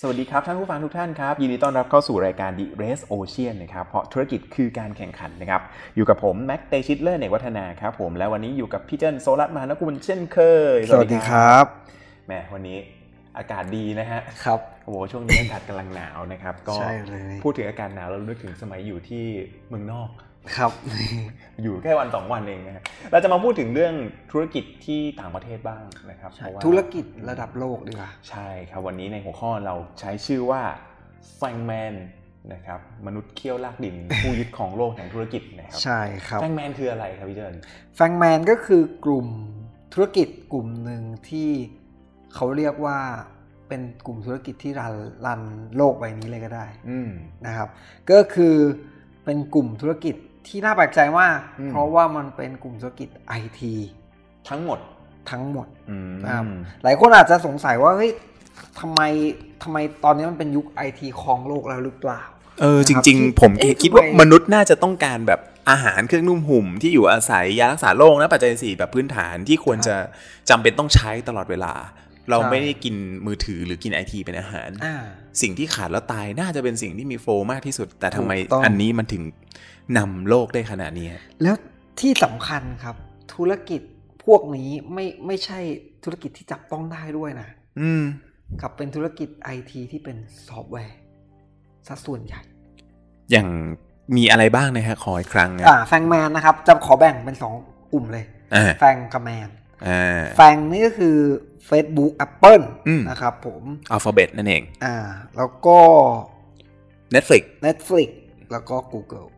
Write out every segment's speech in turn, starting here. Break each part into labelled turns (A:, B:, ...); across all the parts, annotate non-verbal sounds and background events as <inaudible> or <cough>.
A: สวัสดีครับ ท่านผู้ฟังทุกท่านครับ ยินดีต้อนรับเข้าสู่รายการ The Race Ocean นะครับเพราะธุรกิจคือการแข่งขันนะครับ อยู่กับผมแม็กเตชิตเลอร์เนกวัฒนาครับผมและวันนี้อยู่กับพี่เจิ้นโซลัตมานกุลเช่นเคย
B: สวัสดีครับ
A: แหมวันนี้อากาศดีนะฮะ
B: ครับ
A: โอ้โหช่วงนี้อากาศกำลังหนาวนะครับก็
B: ใช่เลย
A: พูดถึงอากาศหนาวเรานึกถึงสมัยอยู่ที่เมืองนอก
B: ครับ
A: อยู่แค่วันสองวันเองนะฮะเราจะมาพูดถึงเรื่องธุรกิจที่ต่างประเทศบ้างนะครับเพาะว่า
B: ธุรกิจระดับโลกดีกว่า
A: ใช่ครับ วันนี้ในหัวข้อเราใช้ชื่อว่าแฟงแมนนะครับมนุษย์เคี้ยวลากดิน ผู้ยึดของโลกแห่งธุรกิจนะครับ
B: ใช่ครับ
A: แฟงแมนคืออะไรครับพี่เจิน
B: แฟงแมนก็คือกลุ่มธุรกิจกลุ่มหนึ่งที่เขาเรียกว่าเป็นกลุ่มธุรกิจที่รันรันโลกใบนี้เลยก็ได้
A: อืม
B: นะครับ ก็คือเป็นกลุ่มธุรกิจที่น่าแปลกใจมาก
A: อืม
B: เพราะว่ามันเป็นกลุ่มธุรกิจไอที
A: ทั้งหมด
B: ทั้งหมด
A: อืม
B: ครับ หลายคนอาจจะสงสัยว่าเฮ้ยทำไมทำไมตอนนี้มันเป็นยุคไอทีครองโลกแล้วหรือเปล่า
C: เออ
B: นะ
C: จ
B: ครับ
C: ริง
B: ที่
C: ๆ ผม
B: เอ๊ะ
C: คิด
B: ทำไม
C: ว่ามนุษย์น่าจะต้องการแบบอาหารเครื่องนุ่มห่มที่อยู่อาศัยยารักษาโรคและปัจจัยสี่แบบพื้นฐานที่ควรจะจำเป็นต้องใช้ตลอดเวลา เราไม่ได้กินมือถือหรือกินไอทีเป็นอาหาร
B: อ่า
C: สิ่งที่ขาดแล้วตายน่าจะเป็นสิ่งที่มีโฟลว์มากที่สุด แต่ทำไม
B: ถูกต้อง
C: อันนี้มันถึงนำโลกได้ขนาดนี้ฮะ
B: แล้วที่สำคัญครับ ธุรกิจพวกนี้ไม่ไม่ใช่ธุรกิจที่จับต้องได้ด้วยนะ
C: อืม
B: กลับเป็นธุรกิจไอทีที่เป็นซอฟต์แวร์ซะส่วนใหญ่
C: อย่างมีอะไรบ้างนะฮะขออีกครั้งนะ
B: อ่าแฟงแมนนะครับ จะขอแบ่งเป็นสองกลุ่มเลย
C: อ่า
B: แฟงกับแมน
C: อ่า
B: แฟงนี่ก็คือ Facebook Apple
C: อืม
B: นะครับผม
C: อัลฟาเบตนั่นเอง
B: อ่าแล้วก็
C: Netflix
B: Netflix แล้วก็ Google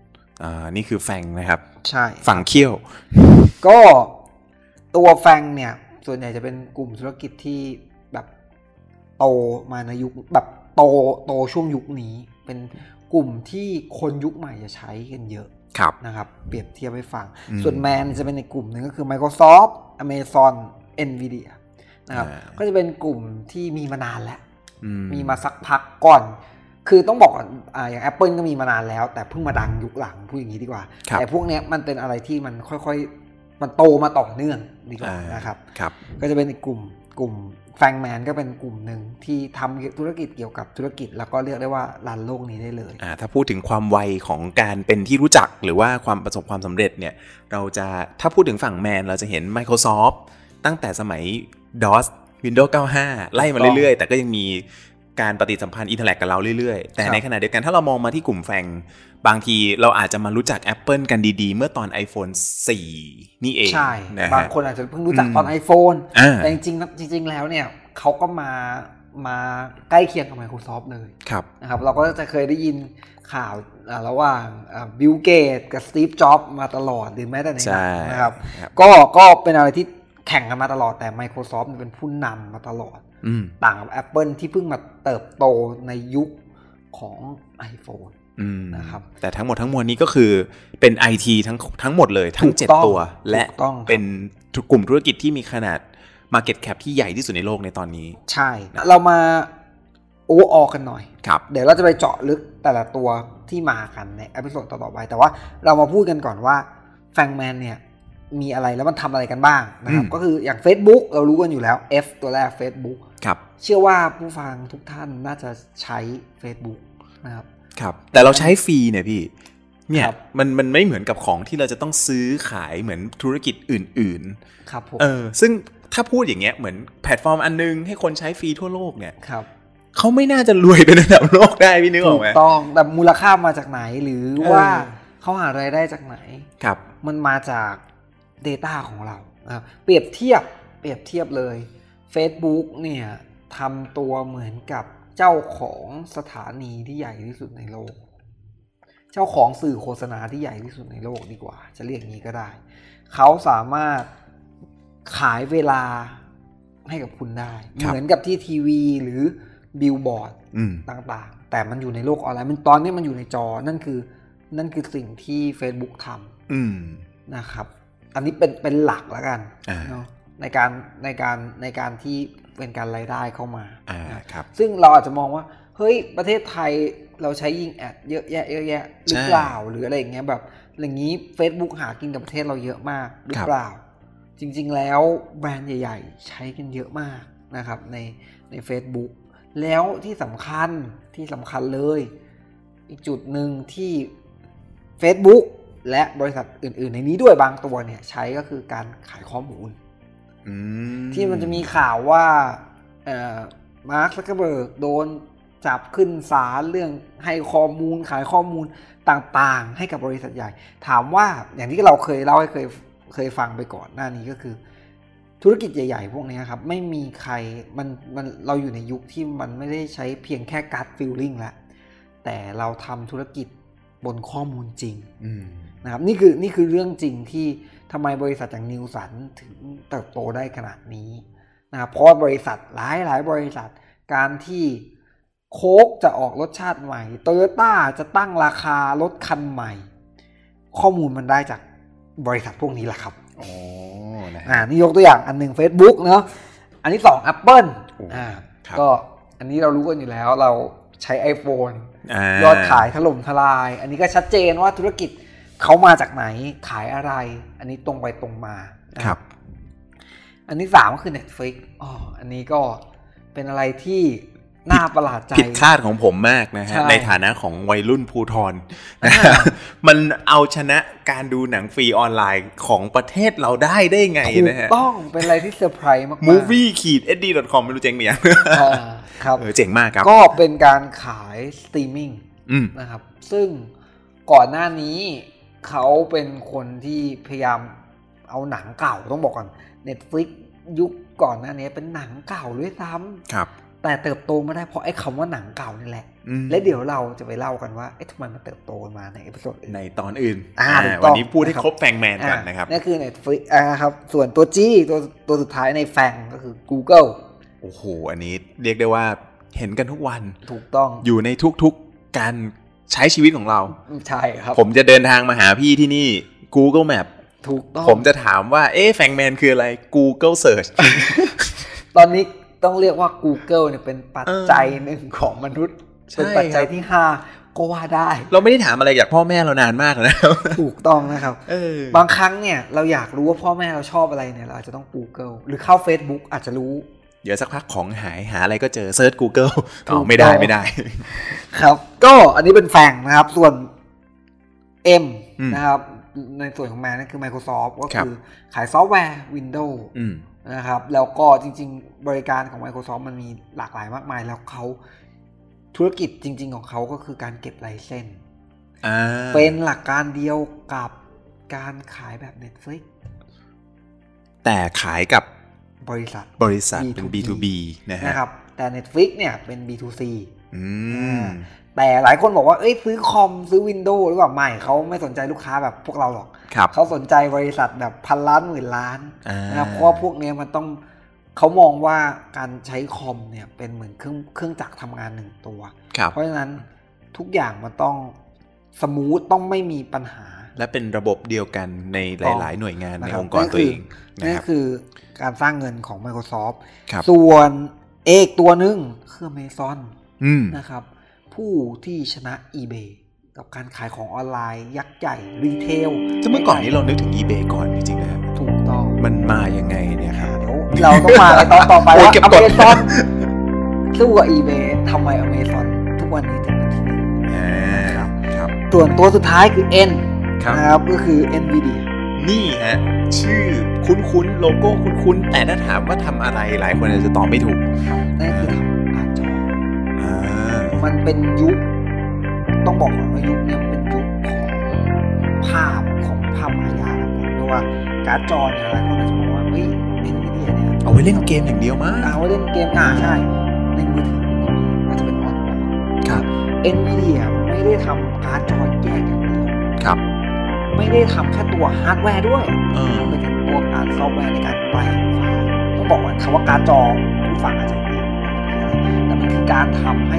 C: อ่านี่คือแฟงนะครับ
B: ใช่
C: ฝั่งเขี้ยว
B: ก็ตัวแฟงเนี่ย ส่วนใหญ่จะเป็นกลุ่มธุรกิจที่แบบโตมาในยุคแบบโตโตช่วงยุคนี้ เป็นกลุ่มที่คนยุคใหม่จะใช้กันเยอะ
C: ครับ
B: นะครับ เปรียบเทียบให้ฟัง
C: อืม
B: ส่วนแมนจะเป็นในกลุ่มหนึ่งก็คือ Microsoft Amazon Nvidia นะครับ
C: อ่า
B: ก็จะเป็นกลุ่มที่มีมานานแล้ว
C: อื
B: มีมาสักพักก่อน คือต้องบอกก่อนอ่าอย่าง Apple ก็มีมานานแล้ว แต่เพิ่งมาดังยุคหลังพูดอย่างนี้ดีกว่า
C: ครับ
B: แต่พวกเนี้ยมันเป็นอะไรที่มันค่อยๆ มันโตมาต่อเนื่องดีกว่า
C: อ่าน
B: นะครับ
C: ครับ
B: ก็จะเป็นอีกกลุ่มกลุ่มแฟงแมนก็เป็นกลุ่มหนึ่งที่ทำธุรกิจเกี่ยวกับธุรกิจ แล้วก็เรียกได้ว่ารันโลกนี้ได้เลย
C: อ่าถ้าพูดถึงความไวของการเป็นที่รู้จักหรือว่าความประสบความสำเร็จเนี่ย เราจะถ้าพูดถึงฝั่งแมนเราจะเห็น Microsoft ตั้งแต่สมัย DOS Windows 95 ไล่มาเรื่อยๆ แต่ก็ยังมีการปฏิสัมพันธ์อินเทอร์แลกกับเราเรื่อยๆ แต่
B: ครับ
C: ในขณะเดียวกันถ้าเรามองมาที่กลุ่มแฟง บางทีเราอาจจะมารู้จัก Apple กันดีๆ เมื่อตอน iPhone 4 นี่เอง
B: ใช่
C: นะ
B: บาง
C: ฮะ
B: คนอาจจะเพิ่งรู้จักตอน
C: อืม
B: iPhone
C: อ่า
B: แต่จริงๆนะจริง ๆ แล้วเนี่ยเขาก็มามาใกล้เคียงกับ Microsoft เลย
C: ครับ
B: นะครับเราก็จะเคยได้ยินข่าวอ่าระหว่างบิลเกตกับสตีฟจ็อบมาตลอดหรือแม้แต่ในหนั
C: ใช่
B: งนะครับ
C: ครับ
B: ก็ก็เป็นอะไรที่แข่งกันมาตลอดแต่ Microsoft เป็นผู้นำมาตลอด
C: อืม
B: ต่างกับ Apple ที่เพิ่งมาเติบโตในยุคของ iPhone
C: อืม
B: นะครับ
C: แต่ทั้งหมดทั้งมวลนี้ก็คือเป็น IT ทั้งทั้งหมดเลยทั้ง
B: ถูกต้อง
C: 7 ตัว และ
B: ถูกต้องครับ
C: เป็นกลุ่มธุรกิจที่มีขนาด Market Cap ที่ใหญ่ที่สุดในโลกในตอนนี้
B: ใช่ เรามาโอเวอร์ออกันหน่อย
C: ครับ
B: เดี๋ยวเราจะไปเจาะลึกแต่ละตัวที่มากันในเอพิโซดต่อๆไป แต่ว่าเรามาพูดกันก่อนว่าแฟงแมนเนี่ยมีอะไรแล้วมันทำอะไรกันบ้างนะครับ
C: อืม
B: ก็คืออย่าง Facebook เรารู้กันอยู่แล้ว F ตัวแรก Facebook
C: ครับ
B: เชื่อว่าผู้ฟังทุกท่านน่าจะใช้ Facebook นะครับ
C: ครับ แต่เราใช้ฟรีเนี่ยพี่ เนี่ย
B: ครับ
C: มันมันไม่เหมือนกับของที่เราจะต้องซื้อขายเหมือนธุรกิจอื่น
B: ครับผม
C: ๆ เออ ซึ่งถ้าพูดอย่างเงี้ย เหมือนแพลตฟอร์มอันนึงให้คนใช้ฟรีทั่วโลกเนี่ย
B: ครับ
C: เขาไม่น่าจะรวยเป็นระดับโลกได้พี่นึกอ
B: ถู
C: อกไหม
B: กต้องแต่มูลค่ามาจากไหนหรือ
C: เออ
B: ว่าเขาหารายได้จากไหน
C: ครับ
B: มันมาจาก Data ของเรานะครับเปรียบเทียบเปรียบเทียบเลย Facebook เนี่ยทำตัวเหมือนกับเจ้าของสถานีที่ใหญ่ที่สุดในโลก เจ้าของสื่อโฆษณาที่ใหญ่ที่สุดในโลกดีกว่า จะเรียกอย่างนี้ก็ได้ เขาสามารถขายเวลาให้กับคุณได้
C: ครับ
B: เหมือนกับที่ทีวีหรือบิลบอร์ด
C: อืม
B: ต่างๆ แต่มันอยู่ในโลกออนไลน์มันตอนนี้มันอยู่ในจอนั่นคือนั่นคือสิ่งที่ Facebook ทำ
C: อืม
B: นะครับ อันนี้เป็นเป็นหลักแล้วกัน
C: อ่า
B: เนาะในการในการในการที่เป็นการรายได้เข้ามา
C: อ่า
B: นะครับ ซึ่งเราอาจจะมองว่า เฮ้ย ประเทศไทยเราใช้ยิงแอดเยอะแยะเยอะแยะหรือเปล่าหรืออะไรอย่างเงี้ยแบบอย่างนี้ Facebook หากินกับประเทศเราเยอะมากหรือเปล่า จริงๆแล้วแบรนด์ใหญ่ ๆ ใช้กันเยอะมากนะครับในใน Facebook แล้วที่สำคัญที่สำคัญเลย อีกจุดหนึ่งที่ Facebook และบริษัทอื่น ๆ ในนี้ด้วยบางตัวเนี่ยใช้ก็คือการขายข้อมูล
C: อื
B: ที่มันจะมีข่าวว่ามาร์คซักเบิร์กโดนจับขึ้นศาลเรื่องให้ข้อมูลขายข้อมูลต่างๆ ให้กับบริษัทใหญ่ ถามว่าอย่างที่เราเคยเล่าให้เคยเคยฟังไปก่อนหน้านี้ก็คือ ธุรกิจใหญ่ ๆ พวกเนี้ยครับ ไม่มีใครมันมันเราอยู่ในยุคที่มันไม่ได้ใช้เพียงแค่การ์ดฟิลลิ่งละแต่เราทำธุรกิจบนข้อมูลจริง
C: อืม
B: นะครับนี่คือนี่คือเรื่องจริงที่ทำไมบริษัทอย่างนิวสันถึงเติบโตได้ขนาดนี้นะครับเพราะว่าบริษัทหลายหลายบริษัทการที่โค้กจะออกรสชาติใหม่โตโยต้าจะตั้งราคารถคันใหม่ ข้อมูลมันได้จากบริษัทพวกนี้แหละครับ
C: โอ้นะ
B: อ่า
C: ฮะ
B: นี่ยกตัวอย่างอันหนึ่ง Facebook เนอะอันที่สอง Apple
C: โอ้
B: อ่า
C: ครับ
B: ก็อันนี้เรารู้กันอยู่แล้วเราใช้ iPhone
C: าย
B: อดขายถล่มทลาย อันนี้ก็ชัดเจนว่าธุรกิจเขามาจากไหนขายอะไร อันนี้ตรงไปตรงมานะครับ อันที่สามก็คือ Netflix อ๋ออันนี้ก็เป็นอะไรที่น่าประหลาดใจ
C: ผิดคาดของผมมากนะฮะ
B: ใช่
C: ในฐานะของวัยรุ่นภูทร
B: อ่า
C: มันเอาชนะการดูหนังฟรีออนไลน์ของประเทศเราได้ได้ไง
B: ถูก
C: นะฮะ
B: ต้องเป็นอะไรที่เซอร์ไพรส์มากๆ
C: movie ขีด d c o m ไม่รู้เจ๊งไหมยัง
B: อ่าครับ
C: เออเจ๋งมากครับ
B: ก็เป็นการขายสตรีมมิ่ง
C: อืม
B: นะครับซึ่งก่อนหน้านี้เขาเป็นคนที่พยายามเอาหนังเก่าต้องบอกก่อน Netflix ยุคก่อนหน้านี้เป็นหนังเก่าด้วยซ้ำ
C: ครับ
B: แต่เติบโตมาได้เพราะไอ้คำว่าหนังเก่านี่แหละ
C: อืม
B: และเดี๋ยวเราจะไปเล่ากันว่าเอ๊ะทำไมมันเติบโตมาในเอพิโซดอื่น
C: ในตอนอื่น
B: อ่าถูกต้อง
C: วันนี้พูดให้
B: นะครับ
C: ครบแฟงแมนก่อนนะครับ
B: นั่นคือ Netflix อ่าครับส่วนตัวจี้ตัวตัวสุดท้ายในแฟงก็คือ Google
C: โอ้โห อันนี้เรียกได้ว่าเห็นกันทุกวัน
B: ถูกต้อง
C: อยู่ในทุกๆการใช้ชีวิตของเรา
B: ใช่ครับ
C: ผมจะเดินทางมาหาพี่ที่นี่ Google Map
B: ถูกต้อง
C: ผมจะถามว่า เอ๊ะแฟงแมนคืออะไร Google Search <laughs>
B: ตอนนี้ต้องเรียกว่า Google เนี่ยเป็นปัจจัยหนึ่งของมนุษย์
C: ใช่
B: เป็นปัจจัย
C: ครับ
B: ที่ห้าก็ว่าได้
C: เราไม่ได้ถามอะไรจากพ่อแม่เรานานมากแล้วนะ
B: ถูกต้องนะครับ
C: เออบ
B: างครั้งเนี่ยเราอยากรู้ว่าพ่อแม่เราชอบอะไรเนี่ยเราอาจจะต้อง Google หรือเข้า Facebook อาจจะรู้
C: เดี๋ยวสักพักของหายหาอะไรก็เจอเซิร์ช
B: <laughs>
C: Google
B: ถูก
C: อ๋อไม่ได้
B: ต้อง
C: ไม่
B: <laughs>
C: ได้
B: ครับ ก็อันนี้เป็นแฟงนะครับ ส่วน M
C: อืม
B: นะครับ ในส่วนของแมนนั่นคือ Microsoft ก็
C: ครับ
B: คือขายซอฟต์แวร์ Windows
C: อืม
B: นะครับแล้วก็จริงๆ บริการของ Microsoft มันมีหลากหลายมากมาย แล้วเขาธุรกิจจริง ๆ ของเขาก็คือการเก็บไลเซนส์
C: อ่า
B: เป็นหลักการเดียวกับการขายแบบ Netflix
C: แต่ขายกับบ
B: ริษัท
C: บริษัทเป็น
B: B2B
C: B2B นะฮะ
B: นะครับแต่ Netflix เนี่ยเป็น B2C
C: อืม
B: แต่หลายคนบอกว่าเอ้ยซื้อคอมซื้อ Windows หรือเปล่าไม่เขาไม่สนใจลูกค้าแบบพวกเราหรอก
C: ครับ
B: เขาสนใจบริษัทแบบพันล้านหมื่นล้าน
C: อ่า
B: นะครับเพราะว่าพวกเนี้ยมันต้องเขามองว่าการใช้คอมเนี่ยเป็นเหมือนเครื่องเครื่องจักรทำงานหนึ่งตัว
C: ครับ
B: เพราะฉะนั้นทุกอย่างมันต้องสมูทต้องไม่มีปัญหา
C: และเป็นระบบเดียวกันในหลาย ๆ หน่วยงานใน
B: นะครับ
C: องค์กรตัวเองนะ
B: นั่น
C: ครับ
B: คือการสร้างเงินของ Microsoft
C: ครับ
B: ส่วนเอกตัวหนึ่งคือ Amazon
C: อืม
B: นะครับ ผู้ที่ชนะ eBay กับการขายของออนไลน์ ยักษ์ใหญ่ รีเทล
C: ซึ่งเมื่อก่อนนี้เรานึกถึง eBay ก่อนจริงๆนะฮะ
B: ถูกต้อง
C: มันมายังไงเนี่ยครับ
B: เดี๋ยวเราต้องมาในตอนต่อไป
C: โอ้ย
B: ว่า
C: <laughs> เก็บ
B: อก
C: ด
B: เมซอนสู้กับอีเบทำไมอเมซอนทุกวันนี้ถึงเป็นที่หนึ่ง
C: อ่าครับครับ
B: ส่วนตัวสุดท้ายคือ N
C: ครับ
B: นะครับก็คือ NVIDIA
C: นี่ฮะ ชื่อคุ้นๆ โลโก้คุ้นๆ แต่ถ้าถามว่าทำอะไรหลายคนอาจจะตอบไม่ถูก
B: นั่นคือทำผ่านจอ
C: อ่า
B: มันเป็นยุค ต้องบอกก่อนว่ายุคเนี้มันเป็นยุคของภาพของภาพมายาทั้งหมดเพราะว่าการ์ดจอเนี่ยหลายคนอาจจะมองว่าเฮ้ย NVIDIA เนี่ย
C: เอาไว้เล่นเกมอย่างเดียวมั้ง
B: เอาไว้เล่นเกมอ่าใช่ ในมือถือก็มีอาจจะเป็นออนไลน์
C: ครับ
B: NVIDIA ไม่ได้ทำการ์ดจอแยกอย่างเดียว
C: ครับ
B: ไม่ได้ทำแค่ตัวฮาร์ดแวร์ด้วย
C: เออ
B: ทำไปถึงตัวการซอฟต์แวร์ในการแปลงไฟล์ต้องบอกว่าคำว่าการดจอผู้ฟังอาจจะไม่รู้แต่มันคือการทำให้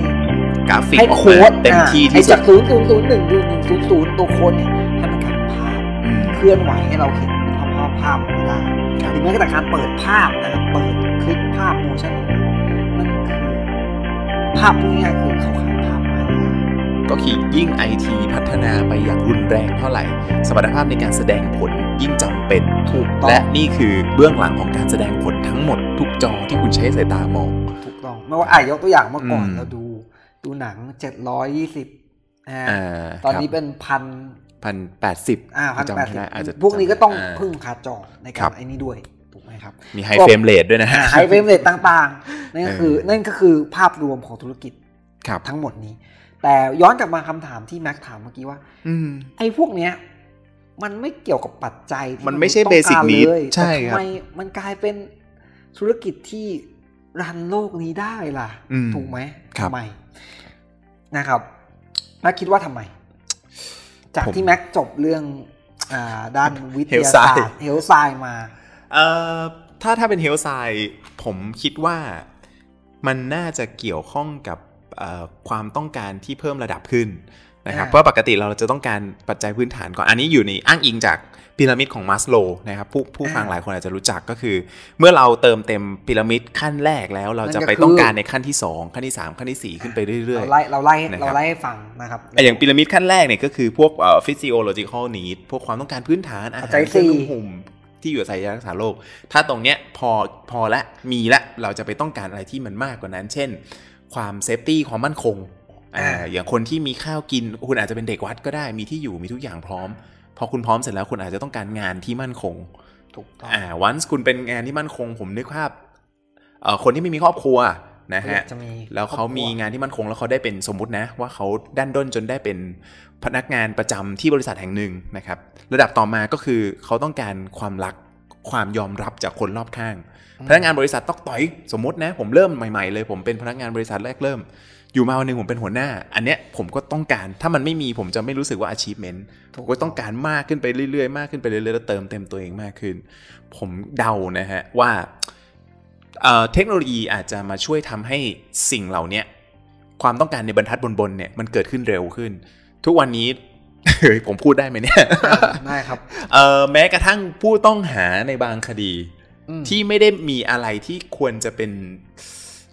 C: กราฟิก
B: ให้
C: ออก
B: โค้
C: มา
B: ด
C: เต็ม
B: อ่ะ
C: ที่
B: ให้
C: ที่สุ
B: จา
C: ด
B: กศูนย์ศูนย์ศูนย์หนึ่งศูนย์หนึ่งศูนย์ศูนย์ตัวโค้ดเนี่ยให้มันกลายเป็นภาพ
C: อืม
B: เคลื่อนไหวให้เราเห็นเป็นภาพภาพภาพไม่ได้
C: ครับ
B: หรือแม้กระทั่งการเปิดภาพนะครับเปิดคลิปภาพโมชั่นนั่นคือภาพพูดง่ายๆคือเขาขายภาพมาเลย
C: ก็คือยิ่งไอทีพัฒนาไปอย่างรุนแรงเท่าไหร่ สมรรถภาพในการแสดงผลยิ่งจำเป็น
B: ถูกต้อง
C: และนี่คือเบื้องหลังของการแสดงผลทั้งหมดทุกจอที่คุณใช้สายตามอง
B: ถูกต้อง ไม่ว่าอ่ะยกตัวอย่างเมื่อก่อน
C: อืม
B: เราดู ดูหนังเจ็ดร้อยยี่สิบอ่า
C: อ่า
B: ตอนนี้เป็นพัน
C: พันแปดสิบ
B: อ่าพันแปดสิบ
C: ได้อาจจะ
B: พวกนี้ก็ต้อง
C: า
B: พึ่งขาจอในการ
C: คั
B: ร
C: บ
B: ไอ้นี้ด้วยถูกไหมครับ
C: มีไฮเฟรมเรทด้วยนะฮะ
B: ไฮเฟรมเรทต่างๆ นั่นก็คือ
C: เออ
B: นั่นก็คือภาพรวมของธุรกิจ
C: ครับ
B: ทั้งหมดนี้ แต่ย้อนกลับมาคำถามที่แม็กถามเมื่อกี้ว่า
C: อืม
B: ไอ้พวกเนี้ยมันไม่เกี่ยวกับปัจจัยที่
C: มันไม่ใช่
B: ต้องาร
C: basic need
B: เลย
C: ใช่ครับ
B: แต่ทำไมมันกลายเป็นธุรกิจที่รันโลกนี้ได้ล่ะ
C: อืม
B: ถูกไหม
C: ครับ
B: ทำไมนะครับแม็กคิดว่าทำไม จากที่แม็กจบเรื่องอ่าด้านวิทยาศาสตร์เฮลไซน์มา
C: เอ่อถ้าถ้าเป็นเฮลไซด์ผมคิดว่ามันน่าจะเกี่ยวข้องกับเอ่อความต้องการที่เพิ่มระดับขึ้นนะครับ
B: อ่า
C: เพราะปกติเราจะต้องการปัจจัยพื้นฐานก่อน อันนี้อยู่ในอ้างอิงจากพีระมิดของมัสโลนะครับผู้ผู้ฟังหลายคนอาจจะรู้จักก็คือ เมื่อเราเติมเต็มพีระมิดขั้นแรกแล้ว เราจะไปต้องการในขั้นที่สองขั้นที่สามขั้นที่สี่ขึ้นไปเรื่อย
B: เราไล่เราไล่
C: นะครับ
B: เราไล่ให้ฟังนะครับ
C: อ่ะอย่างพีระมิดขั้นแรกเนี่ยก็คือพวกฟิสิโอโลจิคอลนีดพวกความต้องการพื้นฐานอาหาร
B: ปัจจัย
C: เครื่อง
B: สี่
C: นุ่งห่มที่อยู่อาศัยยารักษาโรคถ้าตรงเนี้ยพอพอละมีละเราจะไปต้องการอะไรที่มันมากกว่านั้น เช่น ความเซฟตี้ความมั่นคงอ่าอย่างคนที่มีข้าวกินคุณอาจจะเป็นเด็กวัดก็ได้มีที่อยู่มีทุกอย่างพร้อม พอคุณพร้อมเสร็จแล้วคุณอาจจะต้องการงานที่มั่นคง
B: ถูกต้อง
C: อ่าวันคุณเป็นงานที่มั่นคง ผมนึกภาพเอ่อคนที่ไม่มีครอบครัวนะ
B: เขาอ
C: ฮะ
B: ยากจะมี
C: แล้วเขามี
B: ครอบครั
C: งานที่มั่นคงแล้วเขาได้เป็นสมมตินะ ว่าเขาด้านด้นจนได้เป็นพนักงานประจำที่บริษัทแห่งหนึ่งนะครับ ระดับต่อมาก็คือเขาต้องการความรักความยอมรับจากคนรอบข้าง
B: อืม
C: พนักงานบริษัทต้องต่อยสมมตินะ ผมเริ่มใหม่ๆเลย ผมเป็นพนักงานบริษัทแรกเริ่ม อยู่มาวันหนึ่งผมเป็นหัวหน้า อันเนี้ยผมก็ต้องการถ้ามันไม่มีผมจะไม่รู้สึกว่า achievement ผมก็ต้องการมากขึ้นไปเรื่อยๆมากขึ้นไปเรื่อยๆแล้วเติมเต็มตัวเองมากขึ้น ผมเดานะฮะว่าเอ่อเทคโนโลยีอาจจะมาช่วยทำให้สิ่งเหล่าเนี้ยความต้องการในบรรทัดบนๆเนี่ยมันเกิดขึ้นเร็วขึ้น ทุกวันนี้ <laughs> เฮ้ยผมพูดได้ไหมเนี่ย
B: ได้ครับ
C: เอ่อแม้กระทั่งผู้ต้องหาในบางคดี
B: อืม
C: ที่ไม่ได้มีอะไรที่ควรจะเป็น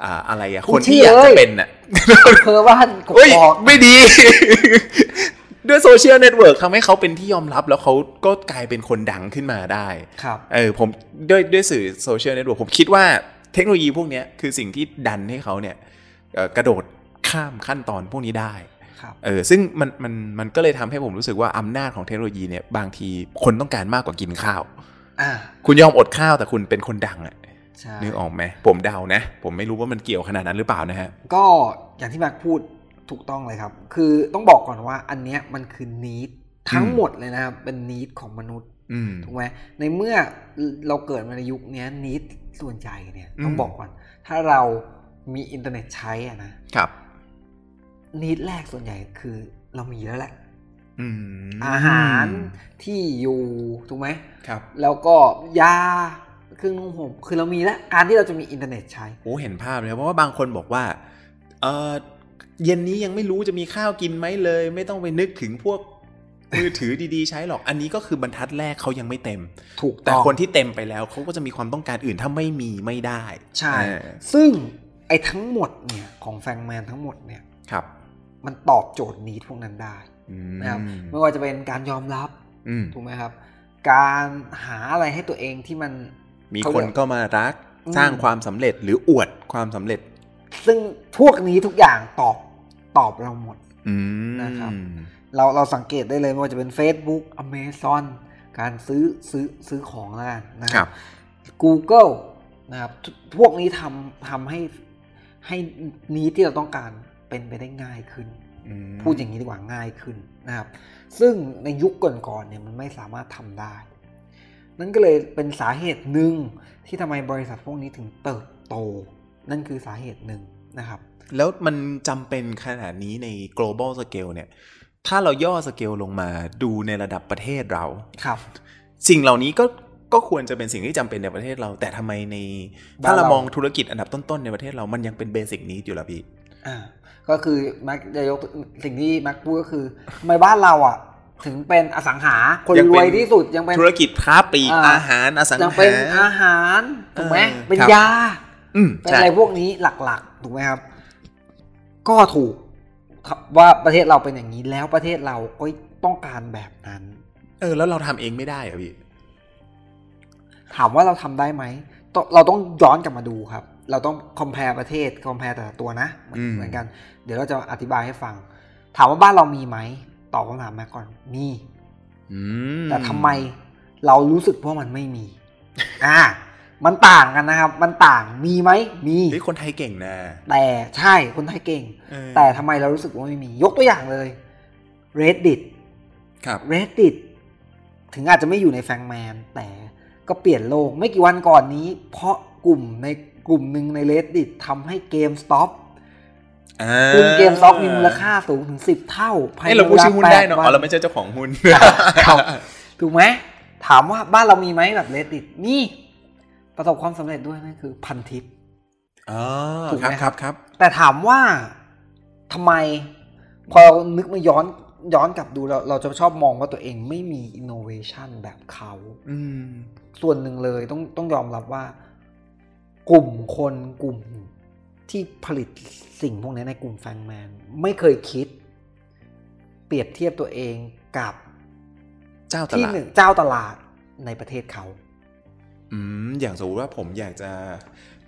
C: อ่าอะไรอะ
B: คุณ
C: คนที่
B: ชี้
C: อยาก
B: เลย
C: จะเป็นอะ
B: เพอบ้านก
C: เฮ้ย
B: บอก
C: ไม่ดี <laughs> ด้วยโซเชียลเน็ตเวิร์กทำให้เขาเป็นที่ยอมรับแล้วเขาก็กลายเป็นคนดังขึ้นมาได้
B: ครับ
C: เออผมด้วยด้วยสื่อโซเชียลเน็ตเวิร์กผมคิดว่าเทคโนโลยีพวกเนี้ยคือสิ่งที่ดันให้เขาเนี่ยเอ่อกระโดดข้ามขั้นตอนพวกนี้ได้
B: ครับ
C: เออซึ่งมันมันมันก็เลยทำให้ผมรู้สึกว่าอำนาจของเทคโนโลยีเนี่ยบางทีคนต้องการมากกว่ากินข้าว
B: อ่า
C: คุณยอมอดข้าวแต่คุณเป็นคนดังอะ
B: ใช่
C: นึกออกไหมผมเดานะ ผมไม่รู้ว่ามันเกี่ยวขนาดนั้นหรือเปล่านะฮะ
B: ก็อย่างที่แม็กพูดถูกต้องเลยครับ คือต้องบอกก่อนว่าอันเนี้ยมันคือนีดทั้ง
C: อืม
B: หมดเลยนะครับ เป็นนีดของมนุษย์
C: อืม
B: ถูกไหมในเมื่อเราเกิดมาในยุคเนี้ยนีดส่วนใหญ่เนี่ย
C: อืม
B: ต้องบอกก่อน ถ้าเรามีอินเทอร์เน็ตใช้อะนะครับ นีดแรกส่วนใหญ่คือเรามีแล้วแหละ
C: อืม
B: อาหารที่อยู่ถูกไหม
C: ครับ
B: แล้วก็ยาเครื่องนุ่งห่มคือเรามีแล้วการที่เราจะมีอินเทอร์เน็ตใช้
C: โอ้เห็นภาพเลยครับเพราะว่าบางคนบอกว่าเออเย็นนี้ยังไม่รู้จะมีข้าวกินไหมเลย ไม่ต้องไปนึกถึงพวกมือถือดีๆ ใช้หรอกอันนี้ก็คือบรรทัดแรกเขายังไม่เต็ม
B: ถูก
C: แต่
B: อง
C: คนที่เต็มไปแล้วเขาก็จะมีความต้องการอื่นถ้าไม่มีไม่ได้
B: ใช่
C: เออ
B: ซึ่งไอ้ทั้งหมดเนี่ยของแฟงแมนทั้งหมดเนี่ย
C: ครับ
B: มันตอบโจทย์นี้พวกนั้นได้
C: อืม
B: นะครับไม่ว่าจะเป็นการยอมรับ
C: อืม
B: ถูกไหมครับ การหาอะไรให้ตัวเองที่มัน
C: มีคนก็มารัก
B: อืม
C: สร้างความสำเร็จหรืออวดความสำเร็จ
B: ซึ่งพวกนี้ทุกอย่างตอบตอบเราหมด
C: อืม
B: นะครับ เราเราสังเกตได้เลยไม่ว่าจะเป็น Facebook Amazon การซื้อซื้อซื้อของแล้วกันนะ
C: ค
B: ค
C: รั
B: รับ บ Google นะครับทุกพวกนี้ทำทำให้ให้นี้ที่เราต้องการเป็นไปได้ง่ายขึ้น
C: อืม
B: พูดอย่างนี้ดีกว่าง่ายขึ้นนะครับ ซึ่งในยุคก่อนๆเนี่ยมันไม่สามารถทำได้ นั่นก็เลยเป็นสาเหตุหนึ่งที่ทำไมบริษัทพวกนี้ถึงเติบโต นั่นคือสาเหตุหนึ่งนะครับ
C: แล้วมันจำเป็นขนาดนี้ใน global scale เนี่ย ถ้าเราย่อสเกลลงมาดูในระดับประเทศเรา
B: ครับ
C: สิ่งเหล่านี้ก็ก็ควรจะเป็นสิ่งที่จำเป็นในประเทศเรา แต่ทำไมใน ถ้าเรา
B: บ้านเรา
C: มองธุรกิจอันดับต้น ๆ ในประเทศเรามันยังเป็นเบสิกนี้อยู่ละพี่
B: อ่าก็คือแม็กจะยกตัวสิ่งที่แม็กพูดก็คือทำไมบ้านเราอ่ะ ถึงเป็นอสังหา คน
C: ยัง
B: ร
C: เป็น
B: วยที่สุดยังเป็น
C: ธุรกิจค้าปลีก
B: อ่า
C: อาหารอสัง
B: ยัง
C: หา
B: เป็นอาหารถูกไหม
C: เออ
B: เป็น
C: ครับ
B: ยา
C: อืม
B: เป็น
C: ใช่
B: อะไรพวกนี้หลักๆ ถูกไหมครับ ก็ถูกว่าประเทศเราเป็นอย่างนี้แล้วประเทศเราก็ต้องการแบบนั้น
C: เออแล้วเราทำเองไม่ได้เหรอพี่
B: ถามว่าเราทำได้ไหมตเราต้องย้อนกลับมาดูครับ เราต้อง compare ประเทศ compare แต่ละตัวนะเหมือน
C: อืม
B: เหมือนกัน เดี๋ยวเราจะอธิบายให้ฟัง ถามว่าบ้านเรามีไหมตอบคำถามมาก่อนมี
C: อืม
B: แต่ทำไมเรารู้สึกว่ามันไม่มี อ่า มันต่างกันนะครับ มันต่างมีไหมมี
C: เฮ้ยคนไทยเก่งนะ
B: แต่ใช่คนไทยเก่ง
C: เออ
B: แต่ทำไมเรารู้สึกว่าไม่มี ยกตัวอย่างเลย Reddit
C: ครับ
B: Reddit ถึงอาจจะไม่อยู่ในแฟงแมน แต่ก็เปลี่ยนโลกไม่กี่วันก่อนนี้ เพราะกลุ่มในกลุ่มหนึ่งใน Reddit ทำให้เกม Stop
C: อ่า
B: ซึ่งเกม Stop มีมูลค่าสูงถึง 10 เท่าภาย
C: เอ้ย
B: ใน
C: เราพูดชื่อหุ้นได้
B: วล
C: เนาะ
B: แป
C: อ๋อเรา
B: วั
C: ไม่ใช่เจ้าของหุ้น
B: ถูกไหมถามว่าบ้านเรามีไหมแบบ Reddit นี่ประสบความสำเร็จด้วยนั่นคือพันทิป
C: อ๋อ
B: ถูก
C: ครับ
B: ไหม
C: ครับครับ
B: แต่ถามว่าทำไมพอนึกมาย้อนย้อนกลับดูเราเราจะชอบมองว่าตัวเองไม่มีอินโนเวชันแบบเขา
C: อืม
B: ส่วนหนึ่งเลยต้องต้องยอมรับว่า กลุ่มคนกลุ่มที่ผลิตสิ่งพวกนี้ในกลุ่มแฟนแมน ไม่เคยคิด เปรียบเทียบตัวเองกับ
C: เจ้าต
B: ที่
C: ลาด
B: หนึ่งเจ้าตลาดในประเทศเขา
C: อืมอย่างสมมติว่าผมอยากจะ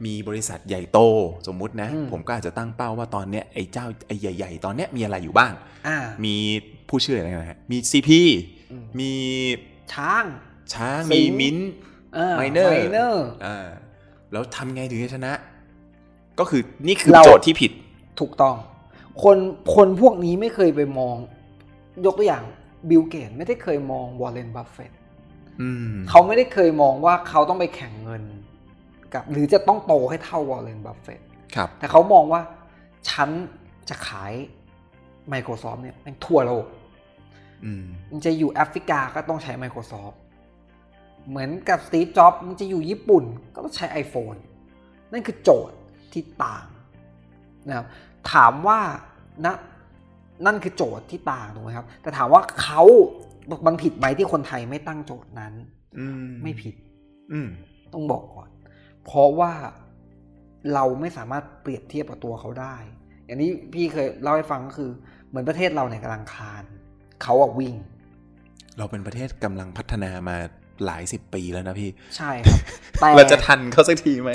C: มีบริษัทใหญ่โตสมมุตินะ
B: อืม
C: ผมก็อาจจะตั้งเป้าว่าตอนเนี้ยไอ้เจ้าไอ้ใหญ่ ๆ ตอนเนี้ยมีอะไรอยู่บ้าง
B: อ่า
C: มีผู้ชื่ออะไรนะฮะมี CP
B: อืม
C: มี
B: ช้าง
C: ช้าง
B: สิ
C: มี
B: งห์
C: มิ้นท์ Miner
B: ไมเนอร์
C: อ่าแล้วทำไงถึงจะชนะ ก็คือนี่คือ
B: เรา
C: โจทย์ที่ผิด
B: ถูกต้อง คนคนพวกนี้ไม่เคยไปมอง ยกตัวอย่างบิลเกตไม่ได้เคยมองวอร์เรนบัฟเฟต
C: อืม
B: เขาไม่ได้เคยมองว่าเขาต้องไปแข่งเงินกับ หรือจะต้องโตให้เท่าวอร์เรนบัฟเฟต
C: ครับ
B: แต่เขามองว่า ฉันจะขาย Microsoft เนี่ยแม่งทั่วโลก
C: อืม
B: มันจะอยู่แอฟริกาก็ต้องใช้ Microsoft เหมือนกับสตีฟจ็อบมันจะอยู่ญี่ปุ่นก็ต้องใช้ iPhone นั่นคือโจทย์ที่ต่างนะครับถามว่านะนั่นคือโจทย์ที่ต่างถูกไหมครับ แต่ถามว่าเขามันผิดไหมที่คนไทยไม่ตั้งโจทย์นั้น
C: อืม
B: ไม่ผิด
C: อืม
B: ต้องบอกก่อน เพราะว่าเราไม่สามารถเปรียบเทียบกับตัวเขาได้ อย่างนี้พี่เคยเล่าให้ฟังก็คือเหมือนประเทศเราเนี่ยกำลังคลานเขาอะวิ่ง
C: เราเป็นประเทศกำลังพัฒนามาหลายสิบปีแล้วนะพี่
B: ใช่ครับ แต่
C: <laughs> เราจะทันเขาสักทีไหม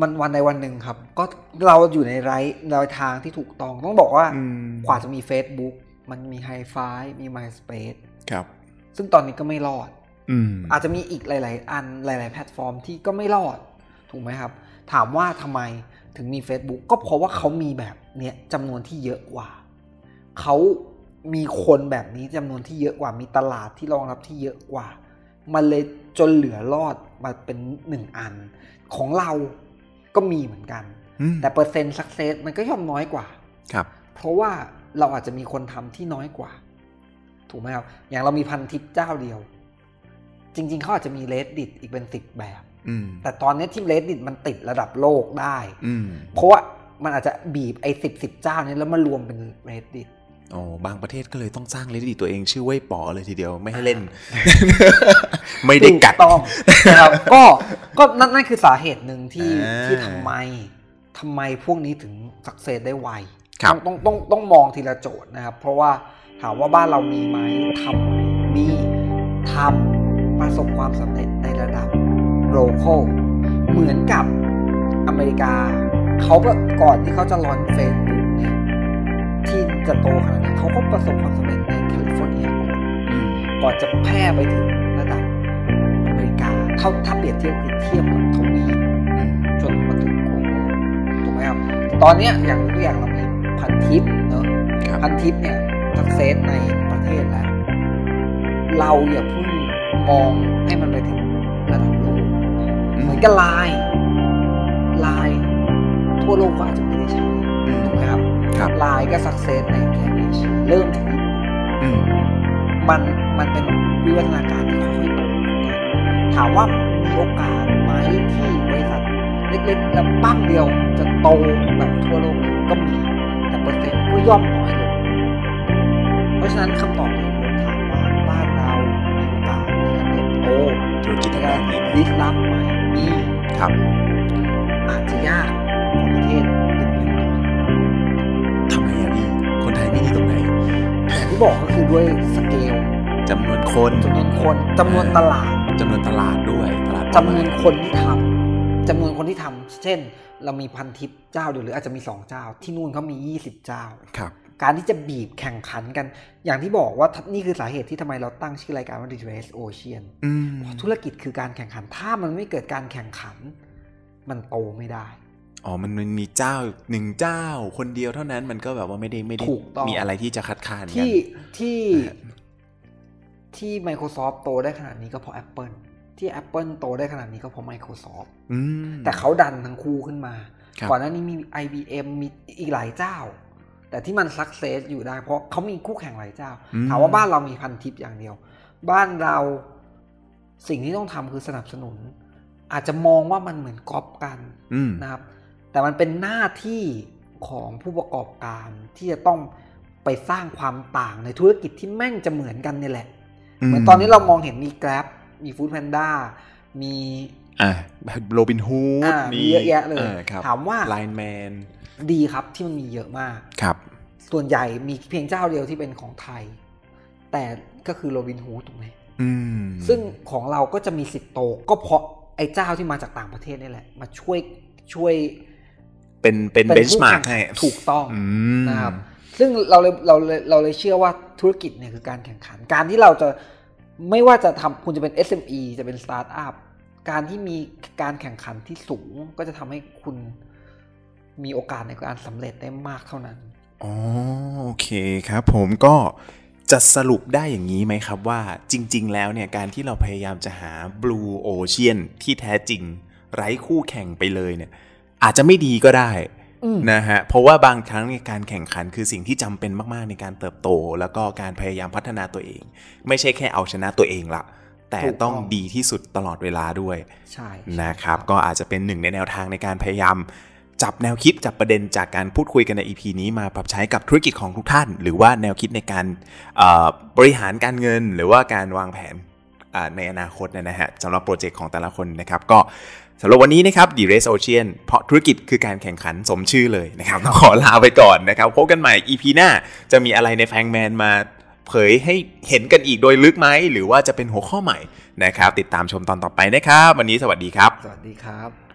B: มันวันใดวันหนึ่งครับ ก็เราอยู่ในไร้รอยทางที่ถูกต้องต้องบอกว่า
C: อืม
B: กว่าจะมี Facebook มันมีไฮไฟมี MySpace
C: ครับ
B: ซึ่งตอนนี้ก็ไม่รอด
C: อืม
B: อาจจะมีอีกหลาย ๆ อันหลาย ๆ แพลตฟอร์มที่ก็ไม่รอด ถูกไหมครับ ถามว่าทำไมถึงมี Facebook ก็เพราะว่าเขามีแบบเนี้ยจำนวนที่เยอะกว่า เขามีคนแบบนี้จำนวนที่เยอะกว่ามีตลาดที่รองรับที่เยอะกว่า มันเลยจนเหลือรอดมาเป็นหนึ่งอัน ของเราก็มีเหมือนกัน
C: อืม
B: แต่เปอร์เซ็นต์สักเซสมันก็ย่อมน้อยกว่า
C: ครับ
B: เพราะว่าเราอาจจะมีคนทำที่น้อยกว่า ถูกไหมครับ อย่างเรามีพันทิปเจ้าเดียว จริง ๆ เขาอาจจะมีเลดดิตอีกเป็นสิบแบบ
C: อืม
B: แต่ตอนนี้ที่เลดดิตมันติดระดับโลกได้
C: อืม
B: เพราะว่ามันอาจจะบีบไอ้สิบสิบเจ้านี้แล้วมารวมเป็นเลดดิต
C: โอ้บางประเทศก็เลยต้องสร้างเลดี้ตัวเองชื่อเว่ยป๋อเลยทีเดียวไม่ให้เล่น ไม่ได้กัด
B: ต้อง
C: <laughs>
B: นะครับ ก็ก็นั่นนั่นคือสาเหตุหนึ่งที่
C: อ่า
B: ที่ทำไมทำไมพวกนี้ถึงสักเซสได้ไว
C: ครับ
B: ต้องต้องต้องต้องมองทีละโจทย์นะครับ เพราะว่าถามว่าบ้านเรามีไหมทำไหมมีทำประสบความสำเร็จในระดับโลโก้เหมือนกับอเมริกา เขาก็ก่อนที่เขาจะลอนเฟซบุ๊กเนี่ยที่จะโตขนาดนี้เขาก็ประสบความสำเร็จในแคลิฟอร์เนียก่อน ก่อนจะแพร่ไปถึงระดับอเมริกาเท่าถ้าเปรียบเทียบคือเทียบกับทวีปจนมาถึงโคโมถูกไหมครับ ตอนเนี้ยอย่างตัวอย่างเรามีพันทิปเนอะ
C: ครับ
B: พันทิปเนี่ยสักเซสในประเทศแล้ว เราอย่าเพิ่งมองให้มันไปถึงระดับโลก เหมือนกับไลน์ไลน์ทั่วโลกก็อาจจะไม่ได้ใช้
C: อืม
B: ถูกไหมครับ
C: ครับ
B: ไลน์ก็สักเซสในแค่เอเชียเริ่มจากญี่ปุ่น
C: อืม
B: มันมันเป็นวิวัฒนาการที่ค่อยๆโตกันถามว่ามีโอกาสไหมที่บริษัทเล็กๆ แล้วปั้งเดียวจะโตแบบทั่วโลกเลยก็มี แต่เปอร์เซ็นต์ก็ย่อมน้อยลง เพราะฉะนั้นคำตอบของผมถามว่าบ้านเรามีโอกาสในการเติบโต
C: ธุรกิจ
B: ใน
C: ทางด้าร น
B: กา
C: นี้ไหม
B: ดิสลอฟไหมมี
C: ครับ
B: อาจจะยากกว่าประเทศอื่นๆหน่อย
C: ทำไมอะพี่ คนไทยไม่ดีตรงไหน
B: แต่ที่บอกก็คือด้วยสเกล
C: จำนวนคน
B: จำนวนคนจำนวนตลาด
C: จำนวนตลาดด้วยตลาด
B: จำนวนคนที่ท จำนวนคนที่ทำเช่น เรามีพันทิปเจ้าเดียวหรืออาจจะมี 2 เจ้า ที่นู่นเขามี 20 เจ้า
C: ครับ
B: การที่จะบีบแข่งขันกัน อย่างที่บอกว่านี่คือสาเหตุที่ทำไมเราตั้งชื่อรายการว่า The Race Ocean
C: อืม
B: เพราะธุรกิจคือการแข่งขัน ถ้ามันไม่เกิดการแข่งขัน มันโตไม่ได้
C: อ๋อมันมันมีเจ้าหนึ่งเจ้าคนเดียวเท่านั้นมันก็แบบว่าไม่ได้ไม่ได้
B: ถูกต้อง
C: มีอะไรที่จะคัดค้านกัน
B: ที่
C: <laughs>
B: ที่
C: นะฮะ
B: ที่ Microsoft โตได้ขนาดนี้ก็เพราะ Apple ที่ Apple โตได้ขนาดนี้ก็เพราะ Microsoft
C: อืม
B: แต่เขาดันทั้งคู่ขึ้นมา
C: ครับ
B: ก่อนหน้านี้มี IBM มีอีกหลายเจ้า แต่ที่มันสักเซสอยู่ได้เพราะเขามีคู่แข่งหลายเจ้า
C: อืม
B: ถามว่าบ้านเรามีพันทิปอย่างเดียว บ้านเราสิ่งที่ต้องทำคือสนับสนุน อาจจะมองว่ามันเหมือนก๊อปกัน
C: อืม
B: นะครับ แต่มันเป็นหน้าที่ของผู้ประกอบการที่จะต้องไปสร้างความต่างในธุรกิจที่แม่งจะเหมือนกันเนี่ยแหละ เหมือนตอนนี้เรามองเห็นมี Grab มี Food Panda มี
C: อ่ะโรบินฮูด
B: อ่ามีเยอะแยะเลย
C: ครับ
B: ถามว่า
C: ไลน์แมน
B: ดีครับที่มันมีเยอะมาก
C: ครับ
B: ส่วนใหญ่มีเพียงเจ้าเดียวที่เป็นของไทย แต่ก็คือโรบินฮูดถูกไหม
C: อืม
B: ซึ่งของเราก็จะมีสิทธิ์โตก็เพราะไอ้เจ้าที่มาจากต่างประเทศนี่แหละ มาช่วยช่วย
C: เป็นเป็นเบนช์
B: ผู้
C: มาร์ก
B: แข่ง
C: ให้
B: ถูกต้อง
C: อืม
B: นะครับ ซึ่งเราเลยเราเลยเราเลยเชื่อว่าธุรกิจเนี่ยคือการแข่งขัน การที่เราจะไม่ว่าจะทำคุณจะเป็น SME จะเป็นสตาร์ทอัพการที่มีการแข่งขันที่สูงก็จะทำให้คุณมีโอกาสในการสำเร็จได้มากเท่านั้น
C: อ๋อโอเคครับ ผมก็จะสรุปได้อย่างนี้ไหมครับว่าจริง ๆ แล้วเนี่ยการที่เราพยายามจะหา Blue Ocean ที่แท้จริง ไร้คู่แข่งไปเลยเนี่ย อาจจะไม่ดีก็ได้ นะฮะ เพราะว่าบางครั้งเนี่ยการแข่งขันคือสิ่งที่จำเป็นมาก ๆ ในการเติบโต แล้วก็การพยายามพัฒนาตัวเอง ไม่ใช่แค่เอาชนะตัวเองละแต่
B: ถูก
C: ต้
B: ต้
C: อ
B: อง ง
C: ดีที่สุดตลอดเวลาด้วย
B: ใช่
C: นะครับ ก็อาจจะเป็นหนึ่งในแนวทางในการพยายาม จับแนวคิดจับประเด็นจากการพูดคุยกันใน EP นี้มาปรับใช้กับธุรกิจของทุกท่าน หรือว่าแนวคิดในการเอ่อบริหารการเงิน หรือว่าการวางแผนอ่าในอนาคตเนยนะฮะสำหรับโปรเจกต์ของแต่ละคนนะครับ ก็สำหรับวันนี้นะครับ The Race Ocean เพราะธุรกิจคือการแข่งขันสมชื่อเลยนะครับ <laughs> ต้องขอลาไปก่อนนะครับพบกันใหม่ EP หน้าจะมีอะไรในแฟงแมนมา เผยให้เห็นกันอีกโดยลึกไหมหรือว่าจะเป็นหัวข้อใหม่นะครับ ติดตามชมตอนต่อไปนะครับ วันนี้สวัสดีครับ
B: สวัสดีครับ